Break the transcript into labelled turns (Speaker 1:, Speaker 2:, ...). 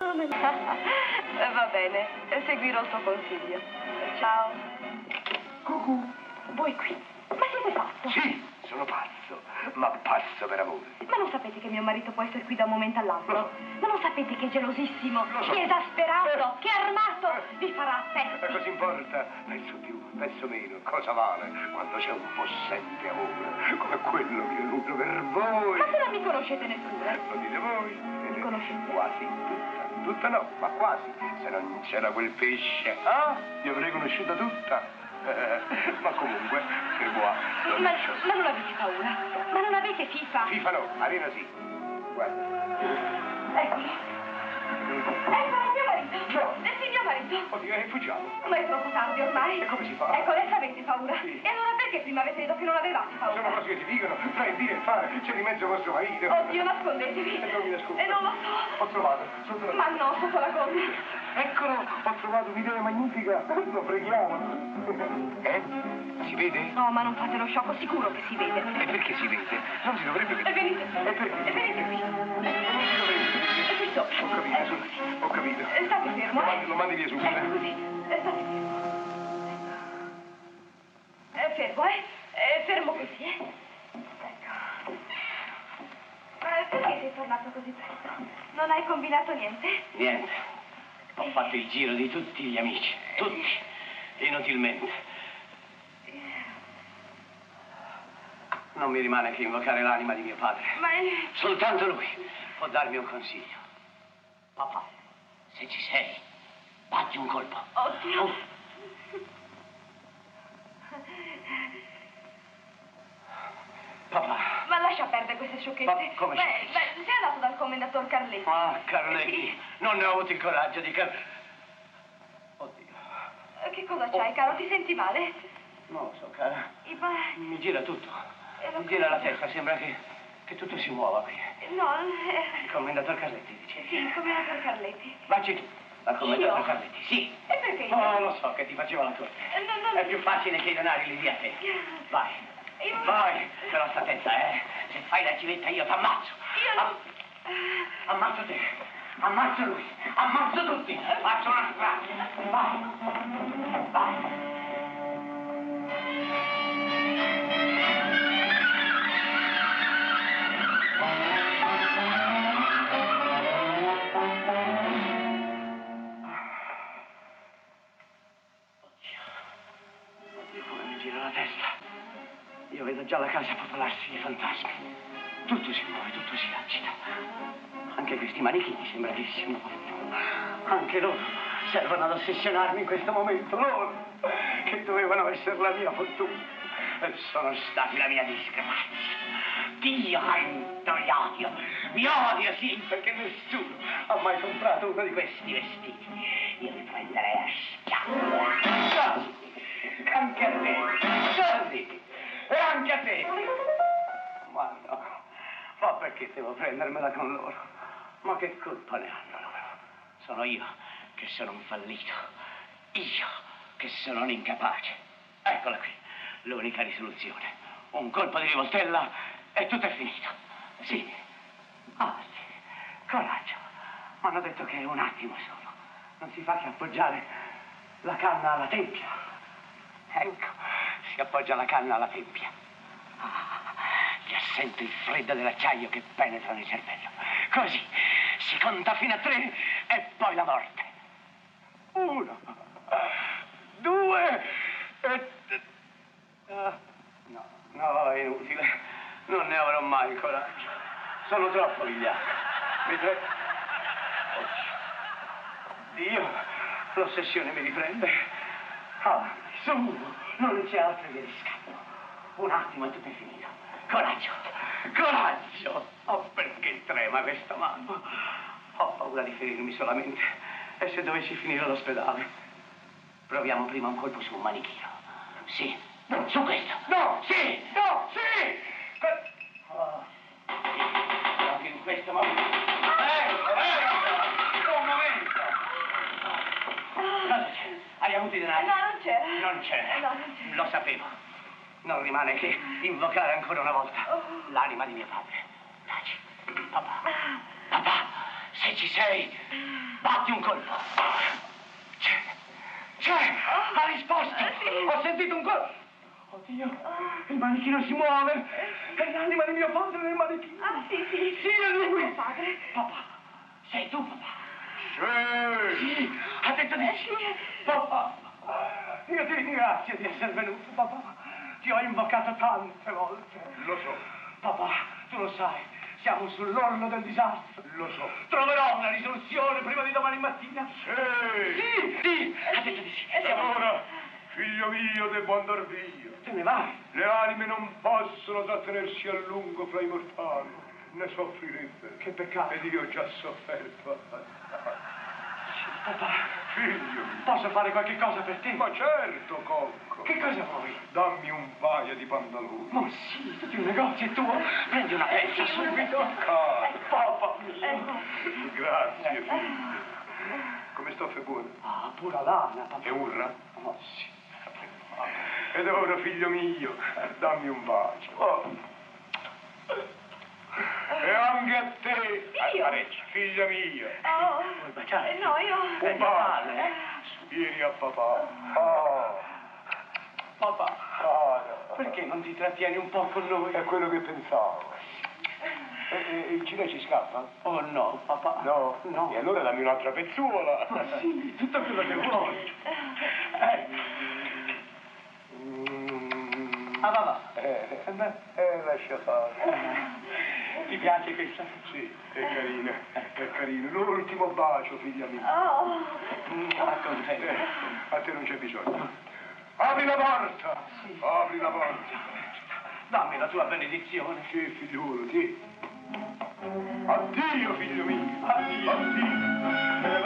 Speaker 1: come Eh,
Speaker 2: Va bene, seguirò il tuo consiglio. Ciao.
Speaker 1: Cucù, voi qui. Ma siete pazzo?
Speaker 3: Sì, sono pazzo, ma pazzo per amore.
Speaker 1: Ma non sapete che mio marito può essere qui da un momento
Speaker 3: Lo so.
Speaker 1: all'altro? Ma non sapete che è gelosissimo,
Speaker 3: Lo so.
Speaker 1: che è esasperato, che è armato,
Speaker 3: Eh.
Speaker 1: vi farà a
Speaker 3: E
Speaker 1: pezzi.
Speaker 3: cosa importa? Penso più, penso meno. Cosa vale quando c'è un possente amore come quello che nutro per voi?
Speaker 1: Ma se non mi conoscete neppure,
Speaker 3: Lo dite voi?
Speaker 1: Mi conoscete?
Speaker 3: Quasi tutta. Tutta no, ma quasi. Se non c'era quel pesce, ah, vi avrei conosciuta tutta. Eh, ma comunque, per voi, lo
Speaker 1: ma,
Speaker 3: lascio.
Speaker 1: ma non avete paura? Ma non avete FIFA?
Speaker 3: FIFA no, Arena sì. Guarda.
Speaker 1: Eccolo, eccolo mio ecco marito.
Speaker 3: No.
Speaker 1: Eh sì, mio marito.
Speaker 3: Oddio, eh, è fuggiato.
Speaker 1: Ma è troppo tardi ormai.
Speaker 3: Oh. E come si fa?
Speaker 1: Ecco, adesso avete paura.
Speaker 3: Sì.
Speaker 1: E allora perché prima avete detto che non avevate paura?
Speaker 3: Sono cose che si dicono, tra il dire e il fare, c'è di mezzo vostro marito.
Speaker 1: Oddio, nascondetevi.
Speaker 3: E non mi nascondo.
Speaker 1: E non lo so.
Speaker 3: Ho trovato, sotto la...
Speaker 1: Ma no, sotto la gonna.
Speaker 3: Eccolo, ho trovato un'idea magnifica. Lo preghiamo. Eh? Si vede?
Speaker 1: No, ma non fate lo sciocco, sicuro che si
Speaker 3: E
Speaker 1: vede.
Speaker 3: perché si vede? Non si dovrebbe
Speaker 1: E
Speaker 3: vedere.
Speaker 1: venite qui.
Speaker 3: E perché?
Speaker 1: E venite qui.
Speaker 3: Non si dovrebbe
Speaker 1: E
Speaker 3: vedere.
Speaker 1: qui sopra.
Speaker 3: Ho capito,
Speaker 1: Ecco.
Speaker 3: su- ho capito.
Speaker 1: Eh, State fermo,
Speaker 3: Lo
Speaker 1: eh.
Speaker 3: mandi, lo mandi via subito.
Speaker 1: Ecco
Speaker 3: eh.
Speaker 1: così. Eh, State fermo. Eh, fermo, eh. Eh, fermo così, eh. Ecco. Ma perché sei tornato così presto? Non hai combinato niente?
Speaker 4: Niente. Ho fatto il giro di tutti gli amici. Tutti. Inutilmente. Non mi rimane che invocare l'anima di mio padre.
Speaker 1: Ma è...
Speaker 4: Soltanto lui può darmi un consiglio. Papà, se ci sei, batti un colpo.
Speaker 1: Oddio.
Speaker 4: Oh. Papà.
Speaker 1: Ma lascia perdere queste sciocchezze.
Speaker 4: Ma come
Speaker 1: Beh,
Speaker 4: sciocchezze?
Speaker 1: beh, sei andato dal commendator Carletti.
Speaker 4: Ah, Carletti, non ne ho avuto il coraggio di cap... Oddio.
Speaker 1: Eh, Che cosa
Speaker 4: Oh,
Speaker 1: c'hai, caro? Ti senti male?
Speaker 4: Non lo so, cara.
Speaker 1: I ba-
Speaker 4: Mi gira tutto.
Speaker 1: Eh, lo
Speaker 4: Mi gira la
Speaker 1: capisco.
Speaker 4: testa, sembra che, che tutto si muova qui.
Speaker 1: No, eh,
Speaker 4: Il commendator Carletti dice.
Speaker 1: sì, il commendator Carletti.
Speaker 4: Vacci tu. Dal commendator
Speaker 1: Io?
Speaker 4: Carletti, sì.
Speaker 1: E perché io?
Speaker 4: Oh, lo so che ti faceva la corte.
Speaker 1: Eh, no, no,
Speaker 4: È più facile che i denari li dia a te. Vai.
Speaker 1: Io non-
Speaker 4: Vai, però sta attenta, eh. Se fai la civetta io t'ammazzo.
Speaker 1: Io non-
Speaker 4: Am- Ammazzo te. Ammazzo lui. Ammazzo tutti. Faccio una strage. Vai. Vai. Oddio, come mi gira la testa. Io vedo già la casa popolarsi di fantasmi. Tutto si muove, tutto si agita. Anche questi manichini sembra che si muovano. Anche loro servono ad ossessionarmi in questo momento. Loro che dovevano essere la mia fortuna. E sono stati la mia disgrazia. Dio quanto li odio. Vi odio, sì, perché nessuno ha mai comprato uno di questi vestiti. Io li prenderei a schiaffi. Anche a te. Sorridi. E anche a te. Ma no. Ma perché devo prendermela con loro? Ma che colpa ne hanno loro? Sono io che sono un fallito. Io che sono un incapace. Eccola qui, l'unica risoluzione. Un colpo di rivoltella e tutto è finito. Sì. Avanti. Coraggio. Mi hanno detto che è un attimo solo. Non si fa che appoggiare la canna alla tempia. Ecco, si appoggia la canna alla tempia. Ah, Già sento il freddo dell'acciaio che penetra nel cervello. Così si conta fino a tre e poi la morte. Uno, due
Speaker 1: Eh,
Speaker 4: e...
Speaker 3: Eh,
Speaker 4: Ah, No, no, è inutile. Non ne avrò mai il coraggio. Sono troppo vigliacco. Mi pre... Dio, l'ossessione mi riprende. Avanti, su, non c'è altro via di scampo. Un attimo e tutto è finito. Coraggio, coraggio! Oh, perché trema questa mano? Ho paura di ferirmi solamente. E se dovessi finire all'ospedale? Proviamo prima un colpo su un manichino. Sì, no, su questo.
Speaker 3: No,
Speaker 4: sì,
Speaker 3: No, sì! Que-
Speaker 4: Oh, anche in questo momento. Ecco, ecco, un momento. Cosa c'è? Hai avuto i
Speaker 1: Eh,
Speaker 4: denari?
Speaker 1: no, non c'era.
Speaker 4: Ah, Non c'è.
Speaker 1: Eh, No, non c'era.
Speaker 4: Lo sapevo. Non rimane che invocare ancora una volta
Speaker 1: Oh.
Speaker 4: l'anima di mio padre. Taci. Papà. Papà, se ci sei, batti di un colpo. C'è, c'è,
Speaker 1: Oh.
Speaker 4: ha risposto. Ho sentito un colpo. Oddio,
Speaker 1: Oh.
Speaker 4: il manichino si muove.
Speaker 1: Eh.
Speaker 4: È l'anima del mio padre nel manichino.
Speaker 1: Ah, sì, sì.
Speaker 4: Sì, è lui.
Speaker 1: Padre.
Speaker 4: Papà, sei tu, papà.
Speaker 3: Sì.
Speaker 4: Sì, ha detto di sì. Papà, io ti ringrazio di essere venuto, papà. Ti ho invocato tante volte.
Speaker 3: Lo so,
Speaker 4: Papà, tu lo sai, siamo sull'orlo del disastro.
Speaker 3: lo so.
Speaker 4: Troverò una risoluzione prima di domani mattina.
Speaker 3: Sì. Eh,
Speaker 4: Sì, sì, ha detto di sì.
Speaker 3: E Allora, figlio mio, devo andar via.
Speaker 4: Te ne vai.
Speaker 3: Le anime non possono trattenersi a lungo fra i mortali. Ne soffrirebbe.
Speaker 4: Che peccato.
Speaker 3: Ed io ho già sofferto.
Speaker 4: Papà,
Speaker 3: Figlio mio.
Speaker 4: posso fare qualche cosa per te?
Speaker 3: Ma certo, cocco.
Speaker 4: Che cosa vuoi?
Speaker 3: Dammi un paio di pantaloni.
Speaker 4: Ma Oh, sì, tutto il negozio è tuo. Prendi una pezza subito.
Speaker 3: Caro.
Speaker 4: Papà mio.
Speaker 1: Ecco.
Speaker 3: Grazie, figlio. Come sto figura?
Speaker 4: Ah, pura lana, papà.
Speaker 3: E urra?
Speaker 4: Ma sì.
Speaker 3: Ed ora, figlio mio, dammi un bacio. Oh. E anche a te,
Speaker 1: Io?
Speaker 3: Areccia, figlia
Speaker 4: Eh,
Speaker 3: mia,
Speaker 1: Oh.
Speaker 4: Vuoi baciare?
Speaker 1: eh, No, io...
Speaker 3: un bacio. Vieni a papà. Oh,
Speaker 4: Papà,
Speaker 3: caro.
Speaker 4: perché non ti trattieni un po' con noi?
Speaker 3: È quello che pensavo. E, e il cinese ci scappa?
Speaker 4: Oh no, papà.
Speaker 3: No?
Speaker 4: No. Ah,
Speaker 3: E allora dammi un'altra pezzuola.
Speaker 4: Sì, tutto quello che vuoi.
Speaker 3: Mm.
Speaker 4: Ah, va, va.
Speaker 3: Eh, eh, lascia fare.
Speaker 4: Ti piace questa?
Speaker 3: Sì, è carino, è carino. L'ultimo bacio, figlia mia.
Speaker 1: Oh.
Speaker 4: Mm, raccontami.
Speaker 3: Eh, a te non c'è bisogno. Apri la porta! Apri la porta!
Speaker 4: Dammi la tua benedizione.
Speaker 3: Sì, figliuolo, sì. Addio, figlio mio! Addio! Addio!